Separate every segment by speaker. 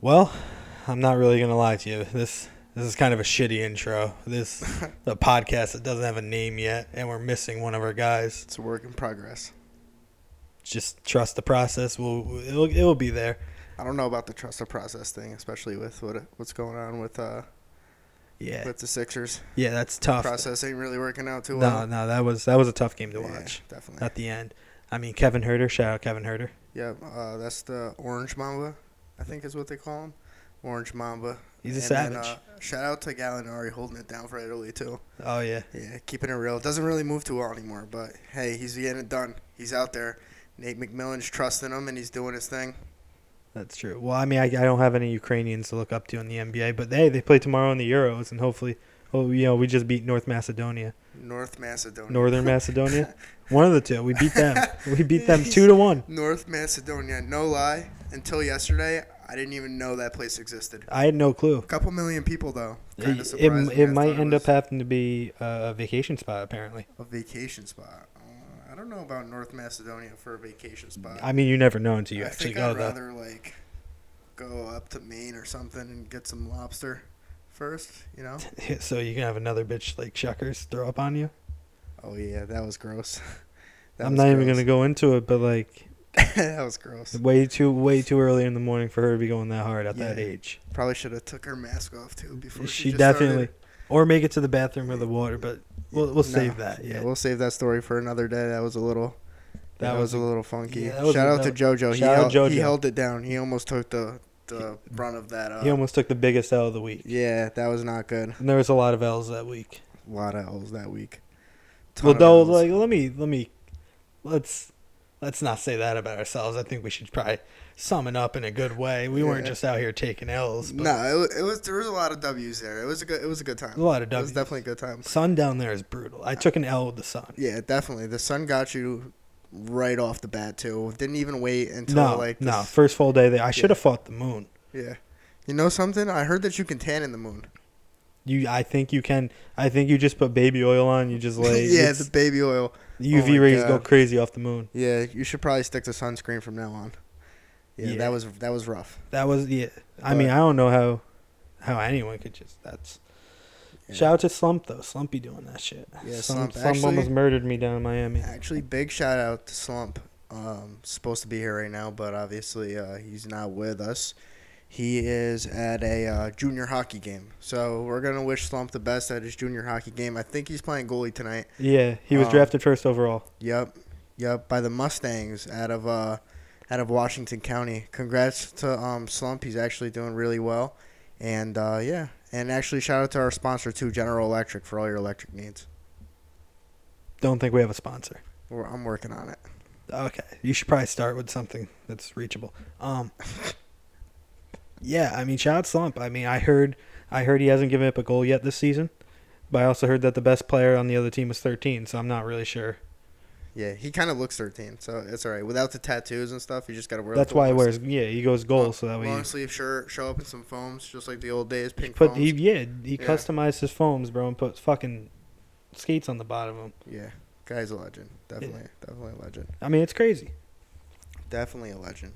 Speaker 1: Well, I'm not really gonna lie to you. This this is kind of a shitty intro. This the podcast that doesn't have a name yet, and we're missing one of our guys.
Speaker 2: It's a work in progress.
Speaker 1: Just trust the process. We'll it'll it'll be there.
Speaker 2: I don't know about the trust the process thing, especially with what what's going on with uh
Speaker 1: Yeah,
Speaker 2: with the Sixers.
Speaker 1: yeah, that's tough.
Speaker 2: Process ain't really working out too
Speaker 1: No,
Speaker 2: well.
Speaker 1: no, that was that was a tough game to
Speaker 2: Yeah,
Speaker 1: watch
Speaker 2: definitely.
Speaker 1: at the end. I mean, Kevin Herter, shout out Kevin Herter.
Speaker 2: Yeah, uh, that's the Orange Mamba, I think is what they call him. Orange Mamba.
Speaker 1: He's a
Speaker 2: And
Speaker 1: savage.
Speaker 2: uh, shout out to Gallinari holding it down for Italy too.
Speaker 1: oh yeah,
Speaker 2: Yeah, keeping it real. Doesn't really move too well anymore, but hey, he's getting it done. He's out there. Nate McMillan's trusting him, and he's doing his thing.
Speaker 1: that's true. Well, I mean, I, I don't have any Ukrainians to look up to in the NBA, but hey, they play tomorrow in the Euros, and hopefully, oh, you know, we just beat North Macedonia.
Speaker 2: North Macedonia.
Speaker 1: Northern Macedonia. One of the two. We beat them. We beat them two to one.
Speaker 2: North Macedonia. No lie. Until yesterday, I didn't even know that place existed.
Speaker 1: I had no clue.
Speaker 2: A couple million people though. Kind of
Speaker 1: It,
Speaker 2: surprised.
Speaker 1: it,
Speaker 2: me. I
Speaker 1: it might
Speaker 2: thought
Speaker 1: end
Speaker 2: was
Speaker 1: up having to be a vacation spot, apparently.
Speaker 2: a vacation spot. Uh, I don't know about North Macedonia for a vacation spot.
Speaker 1: I mean, you never know until you
Speaker 2: I
Speaker 1: actually
Speaker 2: think
Speaker 1: go,
Speaker 2: I'd
Speaker 1: though.
Speaker 2: rather like go up to Maine or something and get some lobster first. You know.
Speaker 1: So you can have another bitch like Shuckers throw up on you.
Speaker 2: Oh yeah, that was gross.
Speaker 1: I'm not even going to go into it, but like,
Speaker 2: that was gross.
Speaker 1: way too way too early in the morning for her to be going that hard at that
Speaker 2: Yeah.
Speaker 1: age.
Speaker 2: Probably should have took her mask off too before she,
Speaker 1: She
Speaker 2: just
Speaker 1: definitely.
Speaker 2: started.
Speaker 1: Or make it to the bathroom or the water, but we'll, we'll
Speaker 2: No.
Speaker 1: save that.
Speaker 2: Yeah.
Speaker 1: Yeah.
Speaker 2: we'll save that story for another day. That was a little. That, was, a little funky.
Speaker 1: yeah, that was
Speaker 2: shout
Speaker 1: a-
Speaker 2: out to
Speaker 1: that-
Speaker 2: JoJo. He,
Speaker 1: shout out
Speaker 2: held,
Speaker 1: JoJo.
Speaker 2: he held it down. He almost took the the brunt of that.
Speaker 1: he
Speaker 2: Up.
Speaker 1: almost took the biggest L of the week.
Speaker 2: Yeah, that was not good.
Speaker 1: And there was a lot of L's that week.
Speaker 2: A lot of L's that week. Ton
Speaker 1: Well,
Speaker 2: of
Speaker 1: though,
Speaker 2: Ls.
Speaker 1: like, let me, let me, let's, let's not say that about ourselves. I think we should probably sum it up in a good way. We weren't
Speaker 2: Yeah.
Speaker 1: just out here taking L's. But
Speaker 2: no, it, wa- it was there was a lot of W's there. It was a good it was a good time.
Speaker 1: a lot of
Speaker 2: It
Speaker 1: W's.
Speaker 2: was definitely a good time.
Speaker 1: sun down there is brutal. I took an L with the sun.
Speaker 2: Yeah, definitely. The sun got you right off the bat too. Didn't even wait until
Speaker 1: No,
Speaker 2: like
Speaker 1: no,
Speaker 2: this-
Speaker 1: first full day there. I should have fought the moon.
Speaker 2: Yeah. You know something? I heard that you can tan in the moon.
Speaker 1: You, I think you can. I think you just put baby oil on. You just lay.
Speaker 2: yeah,
Speaker 1: it's-
Speaker 2: the baby oil.
Speaker 1: UV
Speaker 2: oh my
Speaker 1: rays go
Speaker 2: God.
Speaker 1: crazy off the moon.
Speaker 2: Yeah, you should probably stick to sunscreen from now on. Yeah,
Speaker 1: Yeah.
Speaker 2: that was that was rough.
Speaker 1: That was yeah. I
Speaker 2: But-
Speaker 1: mean, I don't know how, how anyone could just. That's.
Speaker 2: Yeah.
Speaker 1: Shout out to Slump though. Slumpy doing that shit.
Speaker 2: Yeah,
Speaker 1: Slump,
Speaker 2: Slump.
Speaker 1: Slump
Speaker 2: Actually-
Speaker 1: almost murdered me down in Miami.
Speaker 2: Actually, big shout out to Slump. Um, supposed to be here right now, but obviously uh, he's not with us. He is at a uh, junior hockey game, so we're gonna wish Slump the best at his junior hockey game. I think he's playing goalie tonight.
Speaker 1: Yeah, he was
Speaker 2: Um,
Speaker 1: drafted first overall.
Speaker 2: Yep, yep, by the Mustangs out of uh, out of Washington County. Congrats to um, Slump. He's actually doing really well, and uh, yeah, and actually shout out to our sponsor too, General Electric, for all your electric needs.
Speaker 1: Don't think we have a sponsor.
Speaker 2: We're, I'm working on it.
Speaker 1: Okay, you should probably start with something that's reachable. Um, yeah, I mean, shout out Slump. I mean, I heard, I heard he hasn't given up a goal yet this season, but I also heard that the best player on the other team is 13. So I'm not really sure.
Speaker 2: Yeah, he kind of looks 13, so it's all right. Without the tattoos and stuff, you just got to wear.
Speaker 1: That's
Speaker 2: the Uh,
Speaker 1: why he
Speaker 2: long
Speaker 1: wears. Yeah, he goes
Speaker 2: sleeve-
Speaker 1: goal, so that way.
Speaker 2: long
Speaker 1: He,
Speaker 2: sleeve shirt, show up in some foams, just like the old days.
Speaker 1: he
Speaker 2: Pink
Speaker 1: put
Speaker 2: foams.
Speaker 1: he yeah he
Speaker 2: Yeah.
Speaker 1: customized his foams, bro, and put fucking skates on the bottom of them.
Speaker 2: yeah, guy's a legend. Definitely, definitely a legend.
Speaker 1: I mean, it's crazy.
Speaker 2: Definitely a legend.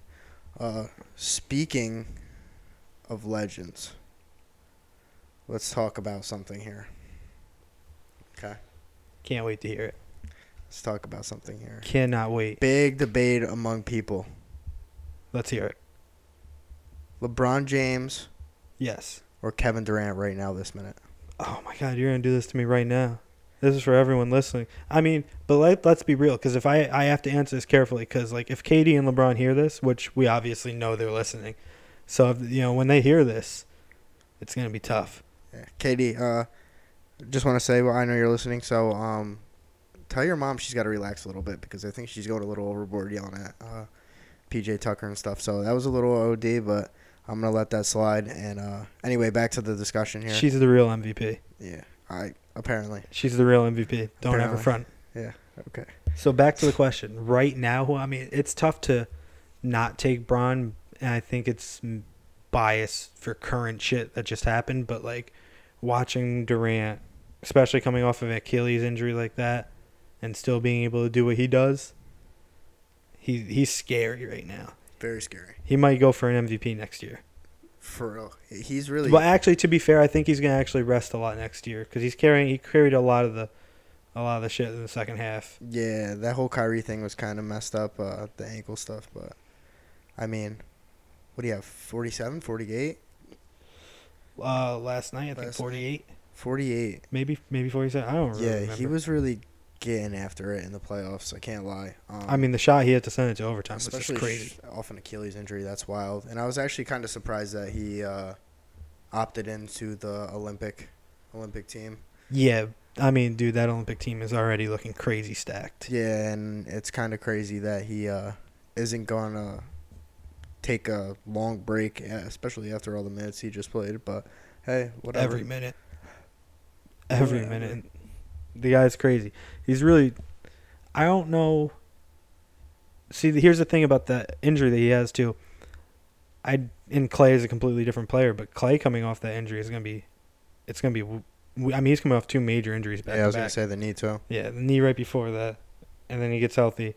Speaker 2: Uh, speaking of legends, let's talk about something here. Okay,
Speaker 1: Can't wait to hear it.
Speaker 2: let's talk about something here.
Speaker 1: Cannot wait.
Speaker 2: Big debate among people:
Speaker 1: Let's hear it.
Speaker 2: LeBron James
Speaker 1: Yes.
Speaker 2: or Kevin Durant right now, this minute.
Speaker 1: Oh my God, you're gonna do this to me right now. This is for everyone listening. I mean, but let, let's be real, because if I I have to answer this carefully, because like if Katie and LeBron hear this, which we obviously know they're listening, so if, you know when they hear this, it's gonna be tough.
Speaker 2: Yeah. Katie, uh, just want to say, well, I know you're listening, so um, tell your mom she's got to relax a little bit because I think she's going a little overboard yelling at uh, PJ Tucker and stuff. So that was a little OD, but I'm gonna let that slide. And uh, anyway, back to the discussion here.
Speaker 1: She's the real MVP.
Speaker 2: yeah, I apparently.
Speaker 1: She's the real MVP. Don't ever
Speaker 2: Apparently.
Speaker 1: front.
Speaker 2: Okay.
Speaker 1: So back to the question. Right now, who I mean, it's tough to not take Braun, and I think it's m- bias for current shit that just happened. But like watching Durant, especially coming off of an Achilles injury like that, and still being able to do what he does, he he's scary right now.
Speaker 2: Very scary.
Speaker 1: He might go for an MVP next year.
Speaker 2: For real, he's really.
Speaker 1: But actually, to be fair, I think he's gonna actually rest a lot next year because he's carrying he carried a lot of the, a lot of the shit in the second half.
Speaker 2: Yeah, that whole Kyrie thing was kind of messed up, uh, the ankle stuff. But, I mean, what do you have? 47, 48?
Speaker 1: Uh, last night I think
Speaker 2: Last night.
Speaker 1: forty eight,
Speaker 2: 48.
Speaker 1: maybe maybe forty seven. I don't really
Speaker 2: yeah,
Speaker 1: remember.
Speaker 2: he was really getting after it in the playoffs. I can't lie. Um,
Speaker 1: I mean, the shot he had to send it to overtime was just
Speaker 2: especially
Speaker 1: crazy.
Speaker 2: sh- off an Achilles injury. That's wild. And I was actually kind of surprised that he uh, opted into the Olympic Olympic team.
Speaker 1: Yeah, I mean, dude, that Olympic team is already looking crazy stacked.
Speaker 2: Yeah, and it's kind of crazy that he uh, isn't gonna take a long break, yeah, especially after all the minutes he just played. But hey, whatever.
Speaker 1: Every minute. Every
Speaker 2: Whatever.
Speaker 1: minute. The guy's crazy. He's really. I don't know. See, the- here's the thing about the injury that he has too. I and Clay is a completely different player, but Clay coming off that injury is gonna be, it's gonna be. w- w- I mean, he's coming off two major injuries back
Speaker 2: yeah, I
Speaker 1: to
Speaker 2: was gonna
Speaker 1: back.
Speaker 2: say the need to.
Speaker 1: Yeah, the knee right before that, and then he gets healthy.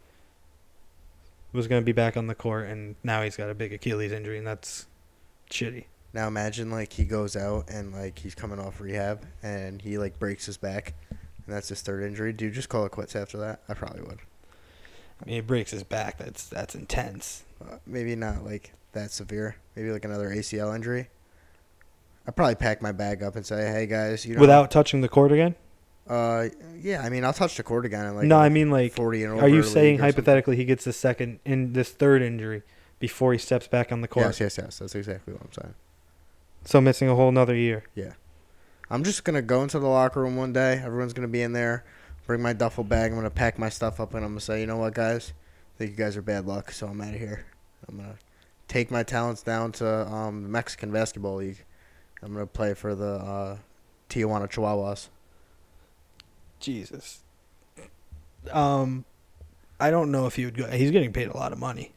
Speaker 1: Was gonna be back on the court, and now he's got a big Achilles injury, and that's shitty.
Speaker 2: Now imagine like he goes out and like he's coming off rehab and he like breaks his back, and that's his third injury. Do you just call it quits after that? I probably would.
Speaker 1: I mean, it breaks his back. That's that's intense.
Speaker 2: Uh, maybe not like that severe. Maybe like another ACL injury. I probably pack my bag up and say, "Hey guys, you know."
Speaker 1: Without touching the court again?
Speaker 2: Uh, yeah. I mean, I'll touch the court again. In, like
Speaker 1: no,
Speaker 2: a
Speaker 1: I mean like,
Speaker 2: forty and over.
Speaker 1: are you
Speaker 2: league
Speaker 1: saying
Speaker 2: or something.
Speaker 1: hypothetically he gets this second in this third injury before he steps back on the court?
Speaker 2: Yes, yes, yes. That's exactly what I'm saying.
Speaker 1: So missing a whole nother year.
Speaker 2: I'm just gonna go into the locker room one day. Everyone's gonna be in there. Bring my duffel bag. I'm gonna pack my stuff up, and I'm gonna say, you know what, guys? I think you guys are bad luck, so I'm out of here. I'm gonna take my talents down to um, the Mexican Basketball League. I'm gonna play for the uh, Tijuana Chihuahuas.
Speaker 1: Jesus. Um, I don't know if he would go. He's getting paid a lot of money.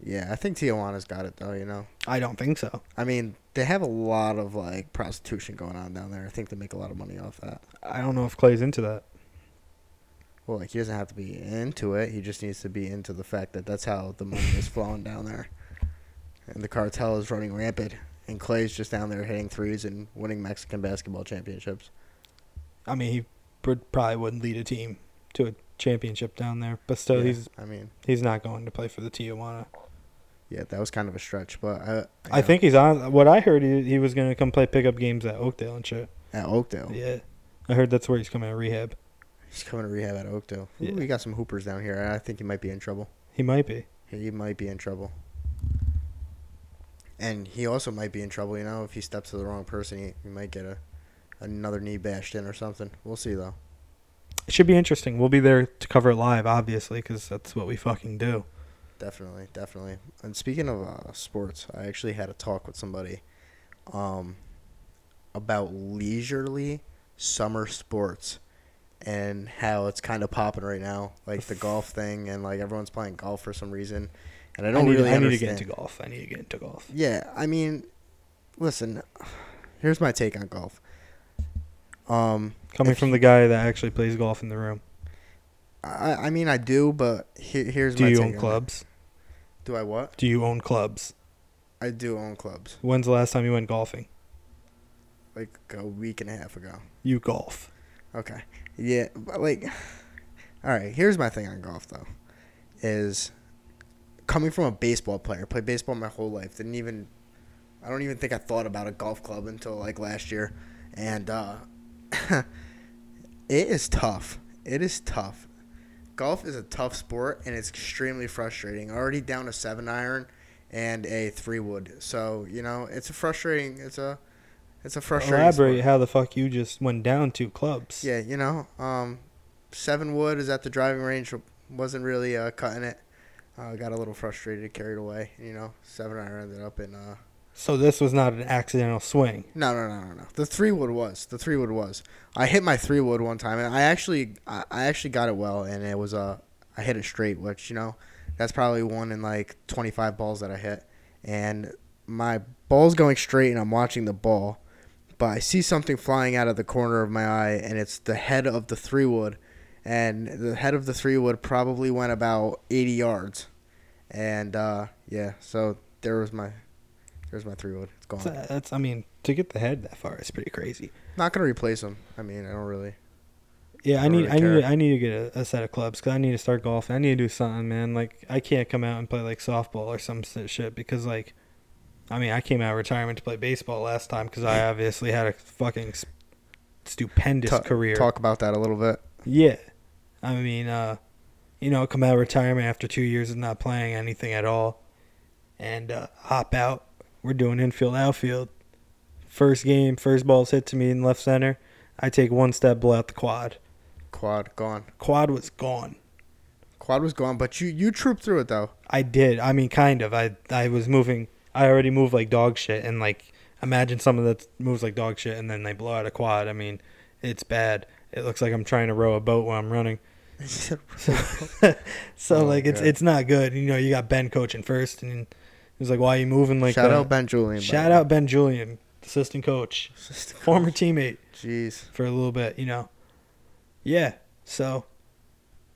Speaker 2: Yeah, I think Tijuana's got it though. You know,
Speaker 1: I don't think so.
Speaker 2: I mean, they have a lot of like prostitution going on down there. I think they make a lot of money off that.
Speaker 1: I don't know if Clay's into that.
Speaker 2: Well, like he doesn't have to be into it. He just needs to be into the fact that that's how the money is flowing down there, and the cartel is running rampant. And Clay's just down there hitting threes and winning Mexican basketball championships.
Speaker 1: I mean, he would, probably wouldn't lead a team to a championship down there, but still,
Speaker 2: Yeah,
Speaker 1: he's
Speaker 2: I mean,
Speaker 1: he's not going to play for the Tijuana.
Speaker 2: yeah, that was kind of a stretch, but I, you
Speaker 1: I
Speaker 2: know,
Speaker 1: think he's on. What I heard, he, he was going to come play pickup games at Oakdale and shit.
Speaker 2: at Oakdale,
Speaker 1: Yeah, I heard that's where he's coming out of rehab.
Speaker 2: he's coming to rehab at Oakdale. Ooh,
Speaker 1: Yeah.
Speaker 2: We got some hoopers down here. I think he might be in trouble.
Speaker 1: He might be.
Speaker 2: He might be in trouble. And he also might be in trouble, you know, if he steps to the wrong person, he, he might get a another knee bashed in or something. We'll see though.
Speaker 1: It should be interesting. We'll be there to cover it live, obviously, because that's what we fucking do.
Speaker 2: Definitely, definitely. And speaking of uh, sports, I actually had a talk with somebody um, about leisurely summer sports and how it's kind of popping right now, like the golf thing, and like everyone's playing golf for some reason. And I
Speaker 1: I,
Speaker 2: don't
Speaker 1: need,
Speaker 2: really
Speaker 1: I need to
Speaker 2: understand.
Speaker 1: get into golf. I need to get into golf.
Speaker 2: Yeah, I mean, listen, here's my take on golf. Um,
Speaker 1: Coming
Speaker 2: If
Speaker 1: from the guy that actually plays golf in the room.
Speaker 2: I, I mean, I do, but he, here's
Speaker 1: Do
Speaker 2: my
Speaker 1: you
Speaker 2: take
Speaker 1: own
Speaker 2: on it.
Speaker 1: clubs?
Speaker 2: Do I what?
Speaker 1: Do you own clubs?
Speaker 2: I do own clubs,
Speaker 1: When's the last time you went golfing?
Speaker 2: like a week and a half ago.
Speaker 1: You golf.
Speaker 2: Okay, yeah, but like, all right. Here's my thing on golf though, is coming from a baseball player, played baseball my whole life. Didn't even, I don't even think I thought about a golf club until like last year, and uh, it is tough. It is tough. Golf is a tough sport, and it's extremely frustrating. Already down a seven iron and a three wood, so you know it's a frustrating. It's a, it's a frustrating. sport.
Speaker 1: Elaborate how the fuck you just went down two clubs.
Speaker 2: Yeah, you know, um, seven wood is at the driving range. Wasn't really uh, cutting it. Uh, got a little frustrated, carried away. You know, seven iron ended up in. Uh,
Speaker 1: So this was not an accidental swing.
Speaker 2: no, no, no, no, no. The three wood was. The three wood was. I hit my three wood one time, and I actually, I, I actually got it well, and it was Uh, I hit it straight, which you know, that's probably one in like twenty five balls that I hit, and my ball's going straight, and I'm watching the ball, but I see something flying out of the corner of my eye, and it's the head of the three wood, and the head of the three wood probably went about eighty yards, and uh, yeah, so there was my There's my three wood. It's gone.
Speaker 1: That's, that's- I mean, to get the head that far is pretty crazy.
Speaker 2: Not gonna replace him. I mean, I don't really.
Speaker 1: Yeah, I
Speaker 2: Don't
Speaker 1: need,
Speaker 2: really
Speaker 1: I need,
Speaker 2: care.
Speaker 1: I need to get a, a set of clubs because I need to start golfing. I need to do something, man. Like I can't come out and play like softball or some s- shit because like, I mean, I came out of retirement to play baseball last time because I obviously had a fucking s- stupendous
Speaker 2: Ta-
Speaker 1: career.
Speaker 2: Talk about that a little bit.
Speaker 1: Yeah. I mean, uh, you know, come out of retirement after two years of not playing anything at all and uh, hop out. We're doing infield, outfield. First game, first ball's hit to me in left center. I take one step, blow out the quad.
Speaker 2: Quad gone.
Speaker 1: Quad was gone.
Speaker 2: Quad was gone, but you you trooped through it though.
Speaker 1: I did. I mean, kind of. I I was moving. I already moved like dog shit, and like imagine someone that moves like dog shit, and then they blow out a quad. I mean, it's bad. It looks like I'm trying to row a boat while I'm running. So, so
Speaker 2: Oh,
Speaker 1: like it's
Speaker 2: God.
Speaker 1: it's not good. You know, you got Ben coaching first, and he's like, "Why are you moving like
Speaker 2: Shout
Speaker 1: that?"
Speaker 2: out Ben Julian. by
Speaker 1: Shout
Speaker 2: the way.
Speaker 1: out Ben Julian, assistant coach, former teammate
Speaker 2: Jeez.
Speaker 1: for a little bit. You know, yeah. So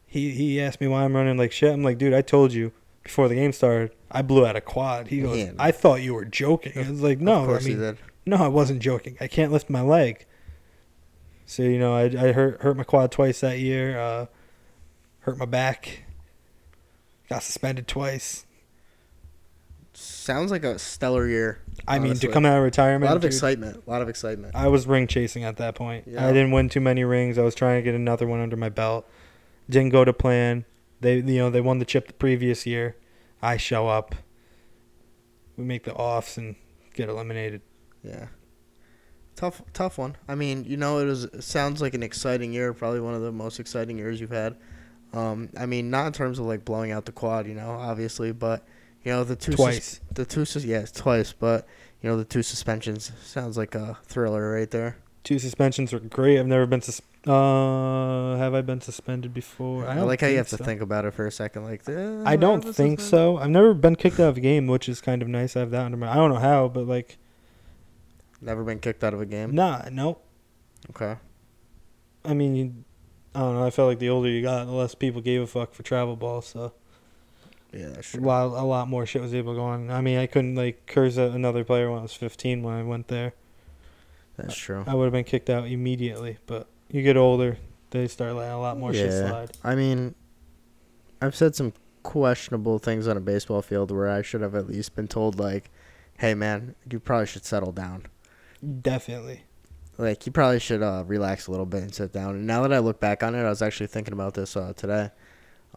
Speaker 1: he he asked me why I'm running like shit. I'm like, dude, I told you before the game started. I blew out a quad. He goes,
Speaker 2: Yeah.
Speaker 1: I thought you were joking. I was like,
Speaker 2: of
Speaker 1: no, I
Speaker 2: course
Speaker 1: mean,
Speaker 2: he did.
Speaker 1: no, I wasn't joking. I can't lift my leg. So you know, I, I hurt hurt my quad twice that year. Uh, hurt my back. Got suspended twice.
Speaker 2: Sounds like a stellar year.
Speaker 1: I mean,
Speaker 2: Honestly.
Speaker 1: to come out of
Speaker 2: Oh, A
Speaker 1: retirement,
Speaker 2: lot of
Speaker 1: dude,
Speaker 2: excitement. A lot of excitement.
Speaker 1: I was ring chasing at that point.
Speaker 2: Yeah.
Speaker 1: I didn't win too many rings. I was trying to get another one under my belt. Didn't go to plan. They you know they won the chip the previous year. I show up. We make the offs and get eliminated.
Speaker 2: Yeah. Tough, tough one. I mean, you know, it was. It sounds like an exciting year. Probably one of the most exciting years you've had. Um, I mean, not in terms of like blowing out the quad, you know, obviously, but you know the two sus-
Speaker 1: Twice.
Speaker 2: the two sus- yes, twice, but you know the two suspensions sounds like a thriller right there.
Speaker 1: Two suspensions were great. I've never been sus- uh have I been suspended before?
Speaker 2: I, like how you have to
Speaker 1: so.
Speaker 2: think about it for a second. Like, eh,
Speaker 1: I don't
Speaker 2: this is
Speaker 1: think
Speaker 2: a-
Speaker 1: so. I've never been kicked out of a game, which is kind of nice. I have that under my I don't know how, but like
Speaker 2: Never been kicked out of a game.
Speaker 1: nah, no.
Speaker 2: Okay.
Speaker 1: I mean, you, I don't know. I felt like the older you got, the less people gave a fuck for travel ball, so
Speaker 2: Yeah, that's
Speaker 1: a
Speaker 2: true.
Speaker 1: lot, a lot more shit was able to go on. I mean, I couldn't like curse at another player when I was 15 when I went there.
Speaker 2: That's true.
Speaker 1: I would have been kicked out immediately. But you get older, they start letting a lot more shit
Speaker 2: Yeah.
Speaker 1: slide.
Speaker 2: I mean, I've said some questionable things on a baseball field where I should have at least been told, like, hey, man, you probably should settle down.
Speaker 1: Definitely.
Speaker 2: Like, you probably should uh, relax a little bit and sit down. And now that I look back on it, I was actually thinking about this uh, today.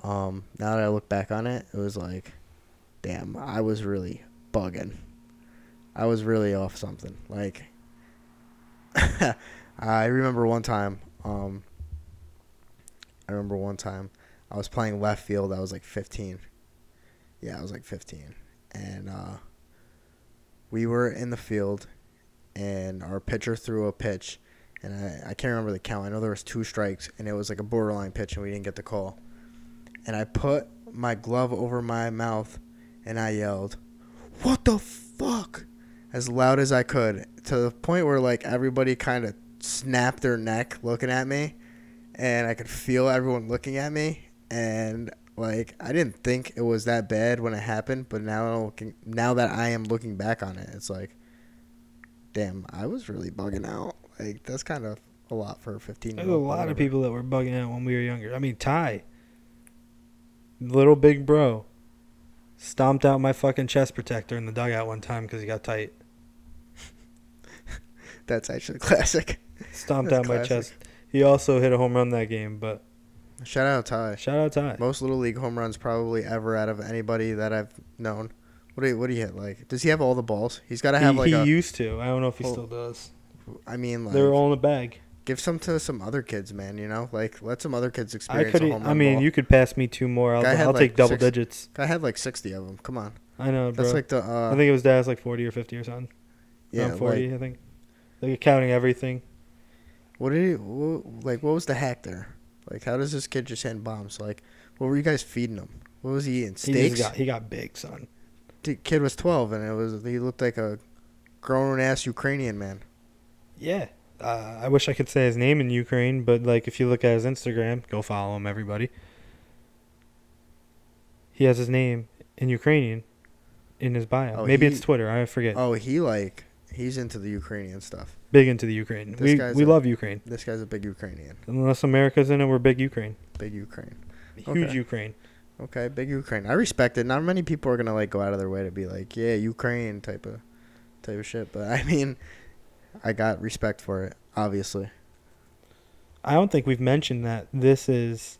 Speaker 2: Um, now that I look back on it, it was like, damn, I was really bugging. I was really off something. Like, I remember one time. Um, I remember one time I was playing left field. I was like 15. Yeah, I was like 15, and uh, we were in the field, and our pitcher threw a pitch, and I, I can't remember the count. I know there was two strikes, and it was like a borderline pitch, and we didn't get the call. And I put my glove over my mouth, and I yelled, "What the fuck!" as loud as I could, to the point where like everybody kind of snapped their neck looking at me, and I could feel everyone looking at me, and like I didn't think it was that bad when it happened, but now looking, now that I am looking back on it, it's like, damn, I was really bugging out. Like that's kind of a lot for a fifteen.
Speaker 1: There's a lot of people that were bugging out when we were younger. I mean, Ty, little big bro, stomped out my fucking chest protector in the dugout one time because he got tight.
Speaker 2: That's actually classic.
Speaker 1: Stomped out
Speaker 2: That's
Speaker 1: my
Speaker 2: classic.
Speaker 1: chest. He also hit a home run that game, but
Speaker 2: Shout out Ty.
Speaker 1: shout out Ty.
Speaker 2: Most little league home runs probably ever out of anybody that I've known. What do you, what do you hit like? Does he have all the balls? He's got to have
Speaker 1: He,
Speaker 2: like
Speaker 1: he
Speaker 2: a.
Speaker 1: used to. I don't know if he
Speaker 2: Well,
Speaker 1: still does.
Speaker 2: I mean, like,
Speaker 1: They're all in a bag.
Speaker 2: give some to some other kids, man. You know, like let some other kids
Speaker 1: I
Speaker 2: experience
Speaker 1: could. e,
Speaker 2: a home
Speaker 1: I
Speaker 2: run
Speaker 1: mean,
Speaker 2: ball.
Speaker 1: you could pass me two more. I'll,
Speaker 2: Guy had
Speaker 1: I'll
Speaker 2: like
Speaker 1: take double
Speaker 2: six-
Speaker 1: digits.
Speaker 2: I had like sixty of them. Come on,
Speaker 1: I know, bro.
Speaker 2: that's like the. Uh,
Speaker 1: I think it was dad's like forty or fifty or something.
Speaker 2: yeah,
Speaker 1: Around forty,
Speaker 2: Like,
Speaker 1: I think. Like counting everything.
Speaker 2: what did he? wh- like, what was the hack there? Like, how does this kid just hand bombs? Like, what were you guys feeding him? What was he eating?
Speaker 1: He
Speaker 2: Steaks.
Speaker 1: just got he got big, son.
Speaker 2: the kid was twelve, and it was he looked like a grown ass Ukrainian man.
Speaker 1: Yeah. Uh, I wish I could say his name in Ukraine, but like if you look at his Instagram, go follow him, everybody. He has his name in Ukrainian, in his bio.
Speaker 2: Oh,
Speaker 1: Maybe
Speaker 2: he-
Speaker 1: it's Twitter. I forget.
Speaker 2: Oh, he like he's into the Ukrainian stuff.
Speaker 1: Big into the Ukraine.
Speaker 2: This
Speaker 1: We
Speaker 2: guy's
Speaker 1: we
Speaker 2: a-
Speaker 1: love Ukraine.
Speaker 2: This guy's a big Ukrainian.
Speaker 1: Unless America's in it, we're big Ukraine.
Speaker 2: Big Ukraine.
Speaker 1: Huge
Speaker 2: Okay.
Speaker 1: Ukraine.
Speaker 2: Okay, big Ukraine. I respect it. Not many people are gonna like go out of their way to be like, yeah, Ukraine type of type of shit. But I mean, I got respect for it. Obviously,
Speaker 1: I don't think we've mentioned that this is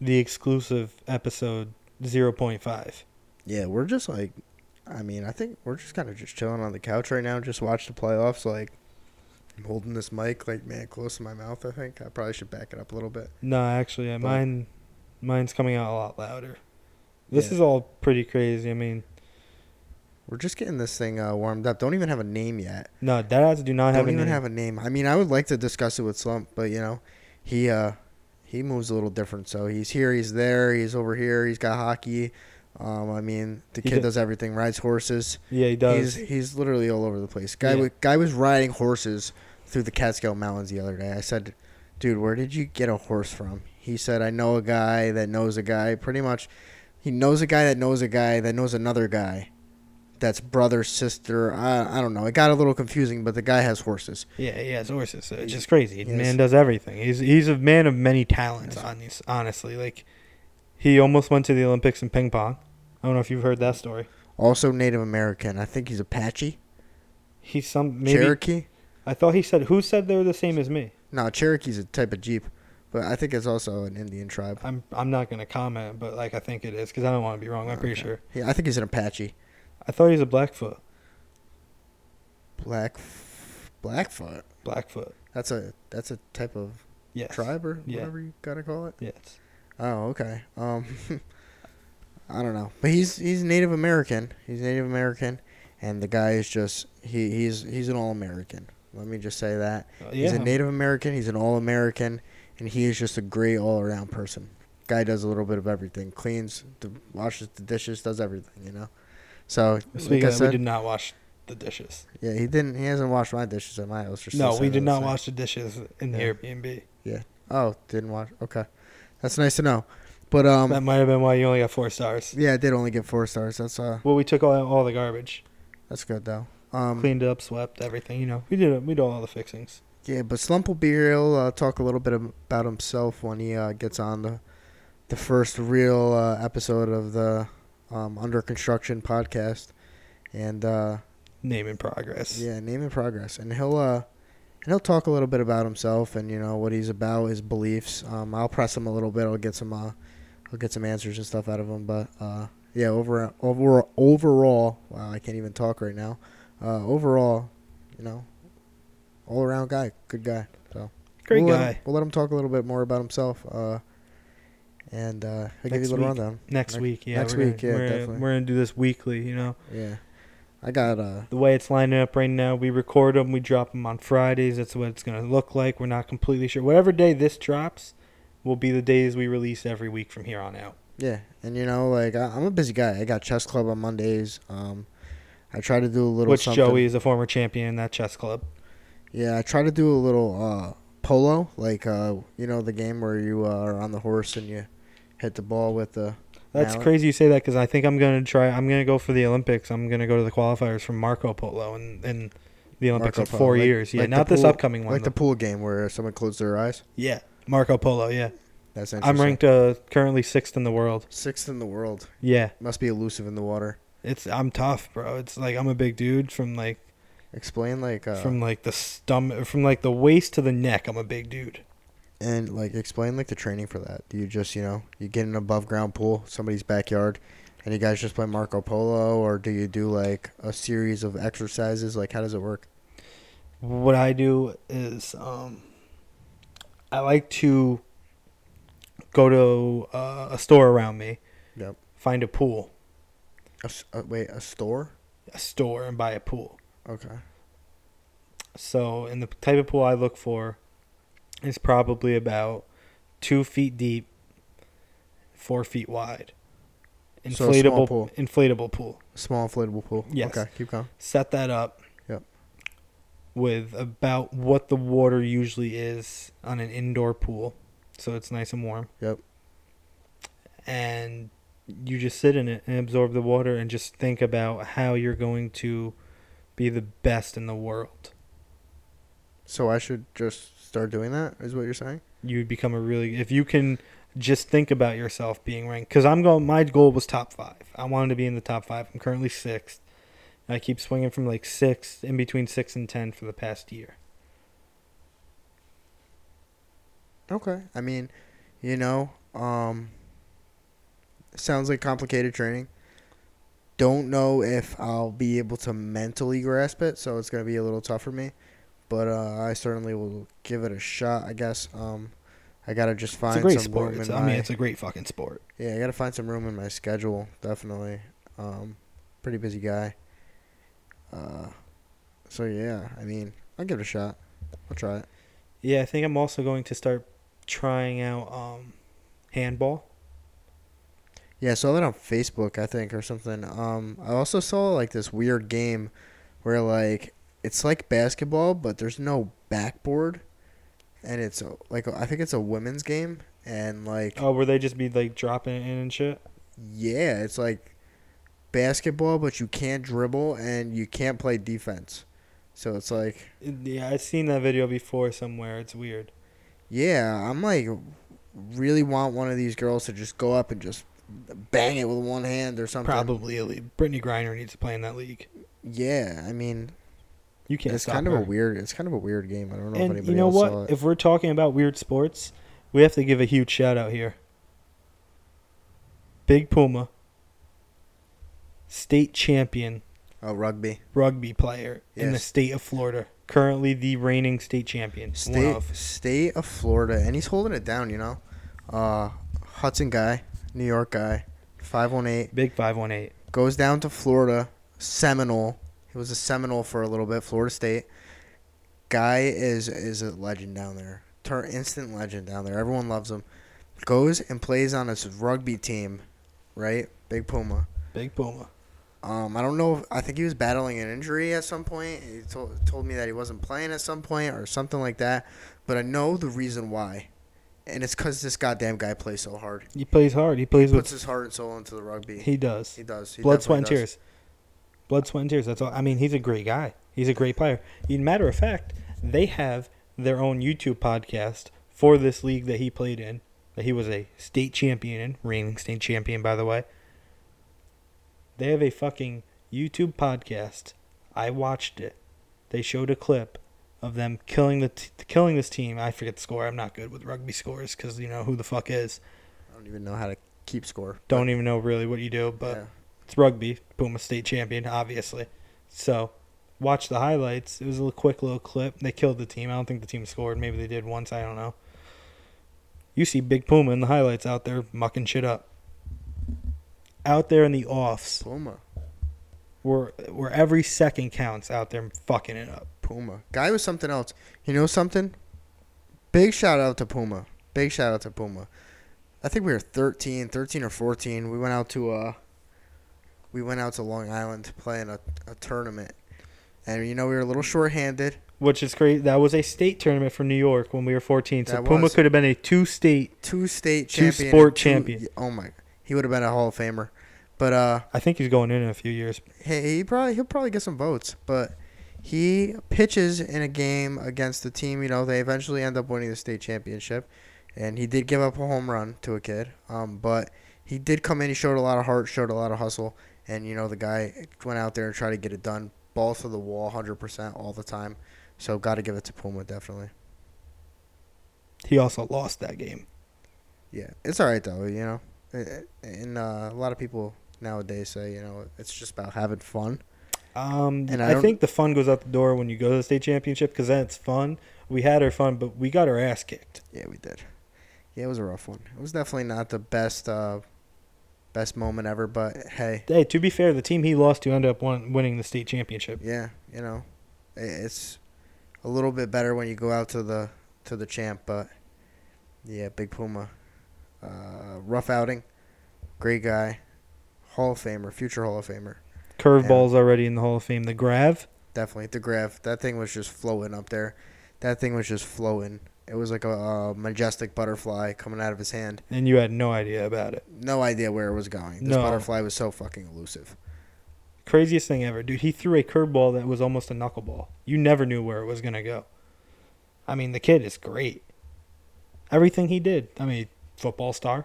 Speaker 1: the exclusive episode 0.5.
Speaker 2: yeah, we're just like, I mean, I think we're just kind of just chilling on the couch right now, just watch the playoffs. Like, I'm holding this mic like man close to my mouth. I think I probably should back it up a little bit.
Speaker 1: No, actually, uh,
Speaker 2: But-
Speaker 1: mine mine's coming out a lot louder. This
Speaker 2: Yeah.
Speaker 1: is all pretty crazy. I mean,
Speaker 2: We're just getting this thing uh, warmed up. Don't even have a name yet.
Speaker 1: no, Deadass do not
Speaker 2: I
Speaker 1: have
Speaker 2: don't
Speaker 1: a
Speaker 2: even
Speaker 1: name.
Speaker 2: have a name. I mean, I would like to discuss it with Slump, but you know, he uh he moves a little different. So he's here, he's there, he's over here, he's got hockey. Um, I mean, the
Speaker 1: He
Speaker 2: kid
Speaker 1: do-
Speaker 2: does everything. Rides horses.
Speaker 1: yeah, he does.
Speaker 2: He's he's literally all over the place. Guy
Speaker 1: Yeah.
Speaker 2: wa- guy was riding horses through the Catskill Mountains the other day. I said, "Dude, where did you get a horse from?" He said, "I know a guy that knows a guy." Pretty much, he knows a guy that knows a guy that knows another guy. That's brother, sister. I I don't know. It got a little confusing, but the guy has horses.
Speaker 1: yeah, he has horses. So it's just crazy.
Speaker 2: Yes.
Speaker 1: Man does everything. He's he's a man of many talents. On these, honestly, like he almost went to the Olympics in ping pong. I don't know if you've heard that story.
Speaker 2: Also Native American. I think he's Apache,
Speaker 1: He's some maybe.
Speaker 2: Cherokee.
Speaker 1: I thought he said who said they're the same as me.
Speaker 2: No, Cherokee's a type of jeep, but I think it's also an Indian tribe.
Speaker 1: I'm I'm not gonna comment, but like I think it is because I don't want to be wrong. I'm pretty
Speaker 2: Okay.
Speaker 1: sure.
Speaker 2: Yeah, I think he's an Apache.
Speaker 1: I thought he's a Blackfoot.
Speaker 2: Black, Blackfoot.
Speaker 1: Blackfoot.
Speaker 2: That's a that's a type of
Speaker 1: Yes.
Speaker 2: tribe or
Speaker 1: Yeah.
Speaker 2: whatever you gotta call it.
Speaker 1: Yes.
Speaker 2: Oh, okay. Um, I don't know, but he's he's Native American. He's Native American, and the guy is just he he's he's an all American. Let me just say that
Speaker 1: Uh,
Speaker 2: he's a
Speaker 1: yeah.
Speaker 2: Native American. He's an all American, and he is just a great all around person. Guy does a little bit of everything. Cleans, the, washes the dishes, does everything. You know. So
Speaker 1: Speaking
Speaker 2: like I
Speaker 1: of, that, we
Speaker 2: said,
Speaker 1: did not wash the dishes.
Speaker 2: yeah, he didn't. He hasn't washed my dishes at my house. or
Speaker 1: No,
Speaker 2: so
Speaker 1: we
Speaker 2: sad,
Speaker 1: did
Speaker 2: I
Speaker 1: not
Speaker 2: would say.
Speaker 1: wash the dishes in the
Speaker 2: Yeah.
Speaker 1: Airbnb.
Speaker 2: Oh, didn't watch. Okay, that's nice to know. But um,
Speaker 1: that might have been why you only got four stars.
Speaker 2: yeah, I did only get four stars. That's uh,
Speaker 1: Well, we took all, all the garbage,
Speaker 2: that's good though. Um,
Speaker 1: cleaned it up, swept everything. You know, we did it. We did all the fixings.
Speaker 2: yeah, but Slump will be here. He'll uh, talk a little bit ab- about himself when he uh, gets on the the first real uh, episode of the um, Under Construction podcast, and uh,
Speaker 1: Name in progress.
Speaker 2: yeah, name in progress, and he'll uh. And he'll talk a little bit about himself and you know what he's about, his beliefs. Um, I'll press him a little bit. I'll get some, uh, I'll get some answers and stuff out of him. But uh, yeah, over, over, overall, wow, I can't even talk right now. Uh, overall, you know, all around guy, good guy. So
Speaker 1: Great
Speaker 2: we'll uh, Let
Speaker 1: guy.
Speaker 2: him, we'll let him talk a little bit more about himself. Uh, and uh, I'll give you
Speaker 1: Next
Speaker 2: a little
Speaker 1: week.
Speaker 2: rundown.
Speaker 1: Next
Speaker 2: Next-
Speaker 1: week, yeah.
Speaker 2: next
Speaker 1: we're
Speaker 2: week,
Speaker 1: gonna,
Speaker 2: yeah,
Speaker 1: we're,
Speaker 2: definitely.
Speaker 1: We're gonna do this weekly. You know,
Speaker 2: Yeah, I got uh,
Speaker 1: the way it's lining up right now, we record them, we drop them on Fridays. That's what it's gonna look like. We're not completely sure. Whatever day this drops, will be the days we release every week from here on out.
Speaker 2: Yeah, and you know, like I, I'm a busy guy. I got chess club on Mondays. Um, I try to do a little.
Speaker 1: Which
Speaker 2: something.
Speaker 1: Joey is a former champion in that chess club.
Speaker 2: Yeah, I try to do a little uh, polo, like uh, you know, the game where you uh, are on the horse and you hit the ball with the.
Speaker 1: That's
Speaker 2: mallet.
Speaker 1: crazy you say that because I think I'm gonna try. I'm gonna go for the Olympics. I'm gonna go to the qualifiers from Marco Polo and and the Olympics
Speaker 2: Marco
Speaker 1: of
Speaker 2: Polo,
Speaker 1: four
Speaker 2: like-
Speaker 1: years. Yeah,
Speaker 2: like the
Speaker 1: not this
Speaker 2: pool-
Speaker 1: upcoming one.
Speaker 2: Like the
Speaker 1: though.
Speaker 2: pool game where someone closes their eyes.
Speaker 1: yeah, Marco Polo. Yeah,
Speaker 2: That's
Speaker 1: I'm
Speaker 2: interesting.
Speaker 1: ranked uh, currently sixth in the world.
Speaker 2: sixth in the world.
Speaker 1: Yeah,
Speaker 2: Must be elusive in the water.
Speaker 1: it's I'm tough, bro. It's like I'm a big dude from like
Speaker 2: Explain like uh,
Speaker 1: from like the stomach from like the waist to the neck. I'm a big dude.
Speaker 2: and like explain like the training for that. Do you just you know you get an above ground pool, somebody's backyard, and you guys just play Marco Polo, or do you do like a series of exercises? Like how does it work?
Speaker 1: what I do is um, I like to go to uh, a store around me,
Speaker 2: Yep.
Speaker 1: find a pool,
Speaker 2: A s- uh, wait, a store?
Speaker 1: a store, and buy a pool.
Speaker 2: Okay.
Speaker 1: So, and the type of pool I look for is probably about two feet deep, four feet wide,
Speaker 2: So a small
Speaker 1: inflatable
Speaker 2: pool.
Speaker 1: inflatable pool.
Speaker 2: Small inflatable pool.
Speaker 1: Yes.
Speaker 2: Okay, keep going.
Speaker 1: set that up
Speaker 2: Yep.
Speaker 1: with about what the water usually is on an indoor pool so it's nice and warm
Speaker 2: Yep.
Speaker 1: and you just sit in it and absorb the water and just think about how you're going to be the best in the world.
Speaker 2: So I should just start doing that. Is what you're saying?
Speaker 1: You would become a really if you can just think about yourself being ranked because I'm going. My goal was top five. I wanted to be in the top five. I'm currently sixth. I keep swinging from like six in between six and ten for the past year.
Speaker 2: Okay. I mean, you know, um, sounds like complicated training. Don't know if I'll be able to mentally grasp it, so it's gonna be a little tough for me. But uh, I certainly will give it a shot. I guess. Um, I gotta just
Speaker 1: It's a
Speaker 2: find
Speaker 1: great
Speaker 2: some
Speaker 1: sport.
Speaker 2: room
Speaker 1: It's,
Speaker 2: in
Speaker 1: I
Speaker 2: my
Speaker 1: mean, it's a great fucking sport.
Speaker 2: yeah. I gotta find some room in my schedule. Definitely. Um, pretty busy guy. Uh, so yeah. I mean, I'll give it a shot. I'll try it.
Speaker 1: Yeah, I think I'm also going to start trying out um, handball.
Speaker 2: Yeah, I saw that on Facebook, I think, or something. Um, I also saw like this weird game where like it's like basketball, but there's no backboard, and it's uh, like I think it's a women's game, and like
Speaker 1: Oh, where they just be like dropping it in and shit.
Speaker 2: yeah, it's like basketball, but you can't dribble and you can't play defense. So it's like
Speaker 1: Yeah, I've seen that video before somewhere. It's weird.
Speaker 2: yeah, I'm like really want one of these girls to just go up and just bang it with one hand or something.
Speaker 1: Probably elite. Brittany Griner needs to play in that league.
Speaker 2: Yeah, I mean.
Speaker 1: You can't.
Speaker 2: it's
Speaker 1: stop
Speaker 2: kind of
Speaker 1: her.
Speaker 2: a weird. It's kind of a weird game. I don't know if
Speaker 1: And
Speaker 2: anybody
Speaker 1: you know
Speaker 2: else
Speaker 1: what?
Speaker 2: saw it.
Speaker 1: If we're talking about weird sports, we have to give a huge shout out here. Big Puma, state champion
Speaker 2: oh, rugby.
Speaker 1: rugby player in the
Speaker 2: Yes.
Speaker 1: state of Florida, currently the reigning state champion. one
Speaker 2: State,
Speaker 1: of.
Speaker 2: state of Florida, and he's holding it down. You know, uh, Hudson guy, New York guy, five one eight
Speaker 1: Big five one eight.
Speaker 2: goes down to Florida, Seminole. He was a Seminole for a little bit, Florida State. Guy is is a legend down there. Tur instant legend down there. Everyone loves him. Goes and plays on his rugby team, right? Big Puma.
Speaker 1: Big Puma.
Speaker 2: Um, I don't know. If, I think he was battling an injury at some point. He told, told me that he wasn't playing at some point or something like that. But I know the reason why, and it's because this goddamn guy plays so hard.
Speaker 1: He plays hard. He plays
Speaker 2: He puts
Speaker 1: with.
Speaker 2: his heart and soul into the rugby. He,
Speaker 1: He does.
Speaker 2: does. He
Speaker 1: Blood, sweat, and
Speaker 2: definitely does.
Speaker 1: tears. Blood, sweat, and tears. That's all. I mean, he's a great guy. He's a great player. In matter of fact, they have their own YouTube podcast for this league that he played in, that he was a state champion in, reigning state champion, by the way. They have a fucking YouTube podcast. I watched it. They showed a clip of them killing the t- killing this team. I forget the score. I'm not good with rugby scores because you know who the fuck is.
Speaker 2: I don't even know how to keep score.
Speaker 1: Don't even know really what you do, but
Speaker 2: yeah.
Speaker 1: it's rugby. Puma state champion, obviously. So watch the highlights. It was a little quick little clip. They killed the team. I don't think the team scored. Maybe they did once. I don't know. You see Big Puma in the highlights out there mucking shit up. Out there in the offs,
Speaker 2: Puma,
Speaker 1: where where every second counts. Out there fucking it up.
Speaker 2: Puma. Guy was something else. You know something? Big shout out to Puma. Big shout out to Puma. I think we were 13, 13 or 14. We went out to uh we went out to Long Island to play in a, a tournament. And you know we were a little shorthanded.
Speaker 1: Which is crazy. That was a state tournament for New York when we were 14. So
Speaker 2: That
Speaker 1: Puma
Speaker 2: was.
Speaker 1: could have been a two state.
Speaker 2: Two state
Speaker 1: Two
Speaker 2: champion.
Speaker 1: sport champion.
Speaker 2: Oh my. He would have been a Hall of Famer. But uh
Speaker 1: I think he's going in in a few years.
Speaker 2: hey, he probably he'll probably get some votes, but he pitches in a game against the team. You know, they eventually end up winning the state championship, and he did give up a home run to a kid. Um, but he did come in. He showed a lot of heart, showed a lot of hustle, and you know the guy went out there and tried to get it done. Ball to the wall, hundred percent all the time. So got to give it to Puma definitely.
Speaker 1: He also lost that game.
Speaker 2: Yeah, it's all right though. You know, It- it- and uh, a lot of people nowadays say you know it's just about having fun.
Speaker 1: Um,
Speaker 2: And I
Speaker 1: I,
Speaker 2: don't-
Speaker 1: think the fun goes out the door when you go to the state championship because then it's fun. We had our fun, but we got our ass kicked.
Speaker 2: Yeah, we did. Yeah, it was a rough one. It was definitely not the best uh, best moment ever, but hey,
Speaker 1: Hey, to be fair, the team he lost to ended up won- winning the state championship.
Speaker 2: yeah, you know, i- it's a little bit better when you go out to the to the champ, but yeah, Big Puma, uh, rough outing, great guy, Hall of Famer, future Hall of Famer,
Speaker 1: Curveballs already in the Hall of Fame. The Grav,
Speaker 2: definitely the graph. That thing was just flowing up there. That thing was just flowing. It was like a, a majestic butterfly coming out of his hand.
Speaker 1: and you had no idea about it.
Speaker 2: No idea where it was going. This
Speaker 1: No.
Speaker 2: butterfly was so fucking elusive.
Speaker 1: Craziest thing ever, dude. He threw a curveball that was almost a knuckleball. You never knew where it was gonna go. I mean, the kid is great. Everything he did. I mean, football star.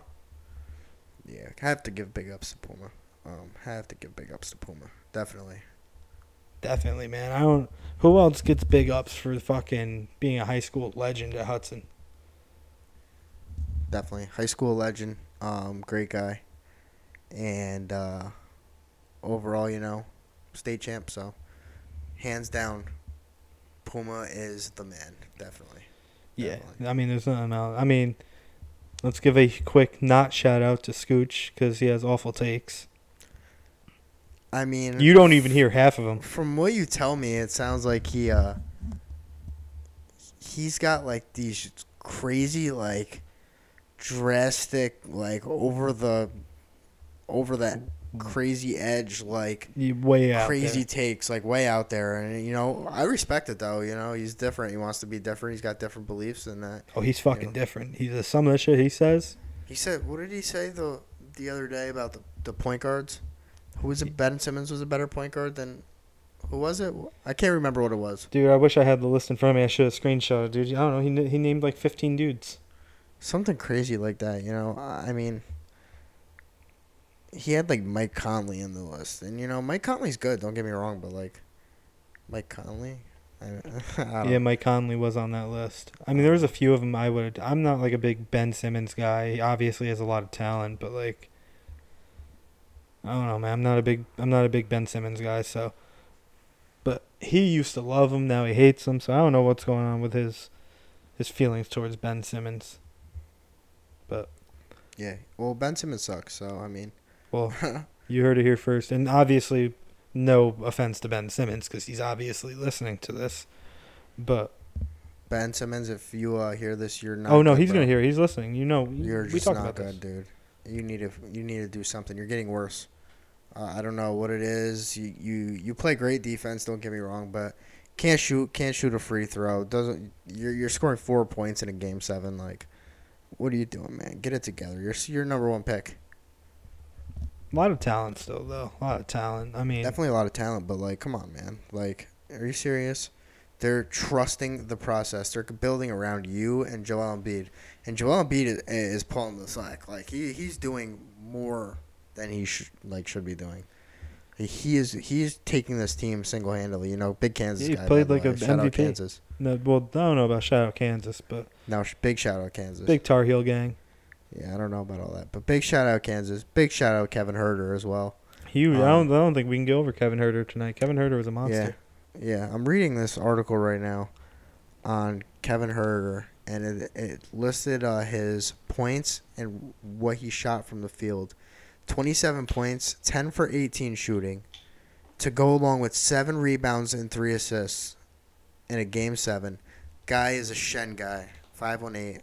Speaker 2: Yeah, have to give big ups to Puma. Um, have to give big ups to Puma. Definitely.
Speaker 1: Definitely, man. I don't. Who else gets big ups for fucking being a high school legend at Hudson?
Speaker 2: Definitely. High school legend. Um, great guy. And uh, overall, you know, state champ. So, hands down, Puma is the man. Definitely.
Speaker 1: Yeah.
Speaker 2: Definitely.
Speaker 1: I mean, there's nothing else. I mean, let's give a quick not shout out to Scooch because he has awful takes.
Speaker 2: I mean,
Speaker 1: You don't even hear half of them.
Speaker 2: From what you tell me, it sounds like he uh he's got like these crazy like drastic like over the over that crazy edge like
Speaker 1: You way out.
Speaker 2: crazy
Speaker 1: Crazy.
Speaker 2: takes like way out there and you know I respect it though you know he's different he wants to be different he's got different beliefs and that
Speaker 1: Oh, he's fucking different. He's a, some of the shit he says.
Speaker 2: he said what did he say the the other day about the, the point guards who was it Ben Simmons was a better point guard than who was it I can't remember what it was
Speaker 1: Dude, I wish I had the list in front of me. I should have screenshot it, dude. I don't know. He, na- he named like 15 dudes.
Speaker 2: something crazy like that. You know, I I mean, he had like Mike Conley in the list, and you know, Mike Conley's good. Don't get me wrong, but like, Mike Conley, I, I don't
Speaker 1: Yeah, Mike Conley was on that list. I mean, there was a few of them I would. I'm not like a big Ben Simmons guy. He obviously has a lot of talent, but like, I don't know, man. I'm not a big. I'm not a big Ben Simmons guy. So, but he used to love him. Now he hates him. So I don't know what's going on with his his feelings towards Ben Simmons.
Speaker 2: yeah. Well, Ben Simmons sucks, so I mean,
Speaker 1: Well, you heard it here first, and obviously, no offense to Ben Simmons because he's obviously listening to this. But
Speaker 2: Ben Simmons, if you uh, hear this, you're not.
Speaker 1: oh no,
Speaker 2: good,
Speaker 1: he's
Speaker 2: bro.
Speaker 1: gonna hear. it. He's listening. You know,
Speaker 2: You're
Speaker 1: we
Speaker 2: just
Speaker 1: talk
Speaker 2: not
Speaker 1: about
Speaker 2: good,
Speaker 1: this.
Speaker 2: dude. You need to you need to do something. You're getting worse. Uh, I don't know what it is. You, you you play great defense. Don't get me wrong, but can't shoot can't shoot a free throw. Doesn't you're you're scoring four points in a game seven? Like, what are you doing, man? Get it together. You're you're number one pick.
Speaker 1: A lot of talent still, though. A lot of talent. I mean,
Speaker 2: Definitely a lot of talent, but like, come on, man. Like, are you serious? They're trusting the process. They're building around you and Joel Embiid, and Joel Embiid is, is pulling the slack. Like he he's doing more than he should like should be doing. He is he is taking this team single handedly. You know, big Kansas
Speaker 1: He
Speaker 2: guy.
Speaker 1: played
Speaker 2: by the
Speaker 1: like a
Speaker 2: way. shout out
Speaker 1: MVP.
Speaker 2: Kansas.
Speaker 1: no, well, I don't know about shout out Kansas, but
Speaker 2: No, sh- big shout out Kansas.
Speaker 1: big Tar Heel gang.
Speaker 2: Yeah, I don't know about all that, but big shout out Kansas. Big shout out Kevin Herter as well.
Speaker 1: Huge. I
Speaker 2: Um,
Speaker 1: don't. I don't think we can go over Kevin Herter tonight. Kevin Herter was a monster.
Speaker 2: Yeah, yeah. I'm reading this article right now on Kevin Herter, and it, it listed uh, his points and what he shot from the field. 27 points, 10 for 18 shooting, to go along with seven rebounds and three assists in a game seven. Guy is a Shen guy, 518.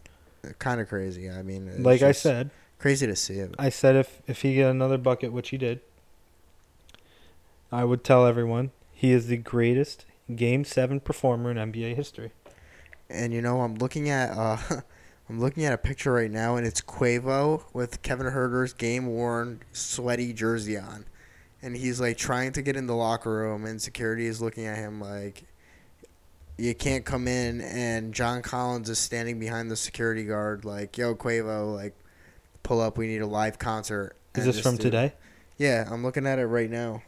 Speaker 2: Kind of crazy. I mean, it's
Speaker 1: like I
Speaker 2: just
Speaker 1: said,
Speaker 2: crazy to see it.
Speaker 1: I said if if he get another bucket, which he did, I would tell everyone he is the greatest Game Seven performer in NBA history.
Speaker 2: And you know, I'm looking at uh, I'm looking at a picture right now, and it's Quavo with Kevin Herter's game-worn sweaty jersey on, and he's like trying to get in the locker room, and security is looking at him like, "You can't come in." And John Collins is standing behind the security guard, like, "Yo, Quavo, like, pull up. We need a live concert."
Speaker 1: Is
Speaker 2: And
Speaker 1: this from
Speaker 2: dude-
Speaker 1: today?
Speaker 2: yeah, I'm looking at it right now.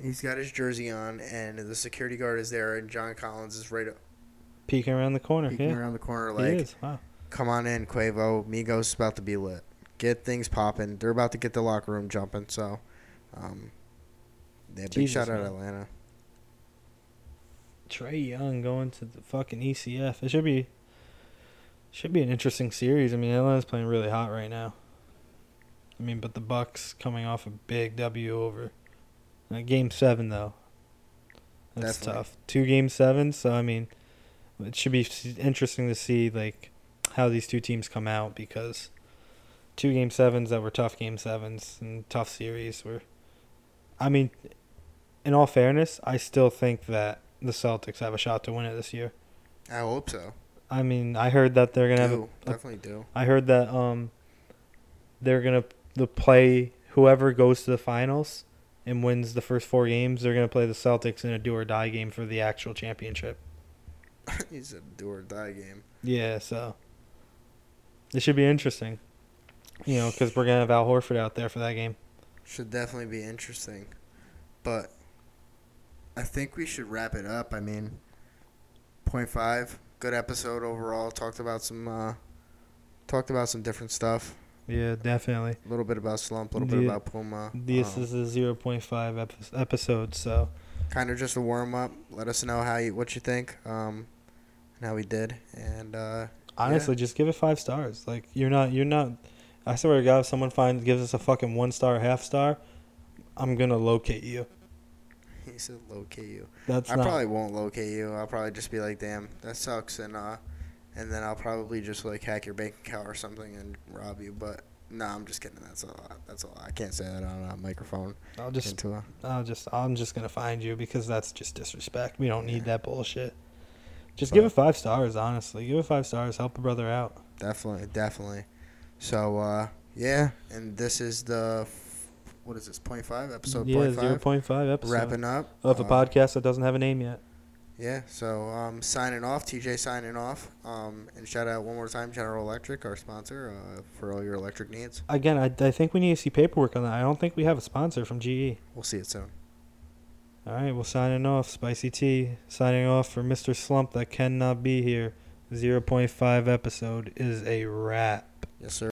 Speaker 2: He's got his jersey on, and the security guard is there, and John Collins is right
Speaker 1: Peeking around the corner.
Speaker 2: peeking
Speaker 1: yeah,
Speaker 2: around the corner
Speaker 1: Uh-huh. he
Speaker 2: like
Speaker 1: is. Wow.
Speaker 2: come on in quavo migos is about to be lit get things popping they're about to get the locker room jumping so um yeah, big
Speaker 1: Jesus,
Speaker 2: shout out
Speaker 1: man.
Speaker 2: atlanta
Speaker 1: Trey Young going to the fucking ECF. It should be should be an interesting series. I mean, Atlanta's playing really hot right now. I mean, but the Bucks coming off a big W over uh, game seven though. That's
Speaker 2: Definitely.
Speaker 1: tough. Two game sevens, so I mean, it should be s- interesting to see like how these two teams come out because two game sevens that were tough game sevens and tough series were. I mean, in all fairness, I still think that the Celtics have a shot to win it this year.
Speaker 2: i hope so
Speaker 1: I mean, I heard that they're gonna have.
Speaker 2: do,
Speaker 1: A,
Speaker 2: definitely do.
Speaker 1: I heard that um, they're gonna the play whoever goes to the finals and wins the first four games. They're gonna play the Celtics in a do or die game for the actual championship.
Speaker 2: He's a do or die game.
Speaker 1: Yeah, so it should be interesting. You know, because we're gonna have Al Horford out there for that game.
Speaker 2: Should definitely be interesting, but I think we should wrap it up. I mean, point five, good episode overall. Talked about some, uh, talked about some different stuff.
Speaker 1: Yeah, definitely. Um,
Speaker 2: A little bit about slump, a little bit
Speaker 1: Yeah.
Speaker 2: about Puma. Um,
Speaker 1: This is a zero point five epi- episode, so
Speaker 2: kind of just a warm up. Let us know how you what you think, um, and how we did. And uh,
Speaker 1: honestly, just give it five stars. Like you're not, you're not. I swear to God, if someone finds gives us a fucking one star, half star, I'm gonna locate you.
Speaker 2: he said, "Locate you."
Speaker 1: That's
Speaker 2: I
Speaker 1: not.
Speaker 2: probably won't locate you. I'll probably just be like, "Damn, that sucks," and uh, and then I'll probably just like hack your bank account or something and rob you. But no, I'm just kidding. That's a lot. That's a lot. I can't say that on a microphone.
Speaker 1: I'll just,
Speaker 2: into a,
Speaker 1: I'll just, I'm just gonna find you because that's just disrespect. We don't need that bullshit. Just
Speaker 2: So-
Speaker 1: give it five stars, honestly. Give it five stars. Help a brother out.
Speaker 2: definitely, definitely. So uh, yeah, and this is the f- what is this point five episode
Speaker 1: yeah,
Speaker 2: point
Speaker 1: zero
Speaker 2: five
Speaker 1: point five episode
Speaker 2: wrapping up
Speaker 1: of a
Speaker 2: Uh,
Speaker 1: podcast that doesn't have a name yet.
Speaker 2: Yeah, so um, signing off, TJ signing off, um, and shout out one more time General Electric, our sponsor, uh, for all your electric needs.
Speaker 1: Again, I, I think we need to see paperwork on that. I don't think we have a sponsor from E. GE.
Speaker 2: We'll see it soon.
Speaker 1: All right, well, signing off, Spicy T. Signing off for Mr. Slump that cannot be here. 0.5 episode is a wrap.
Speaker 2: Yes, sir.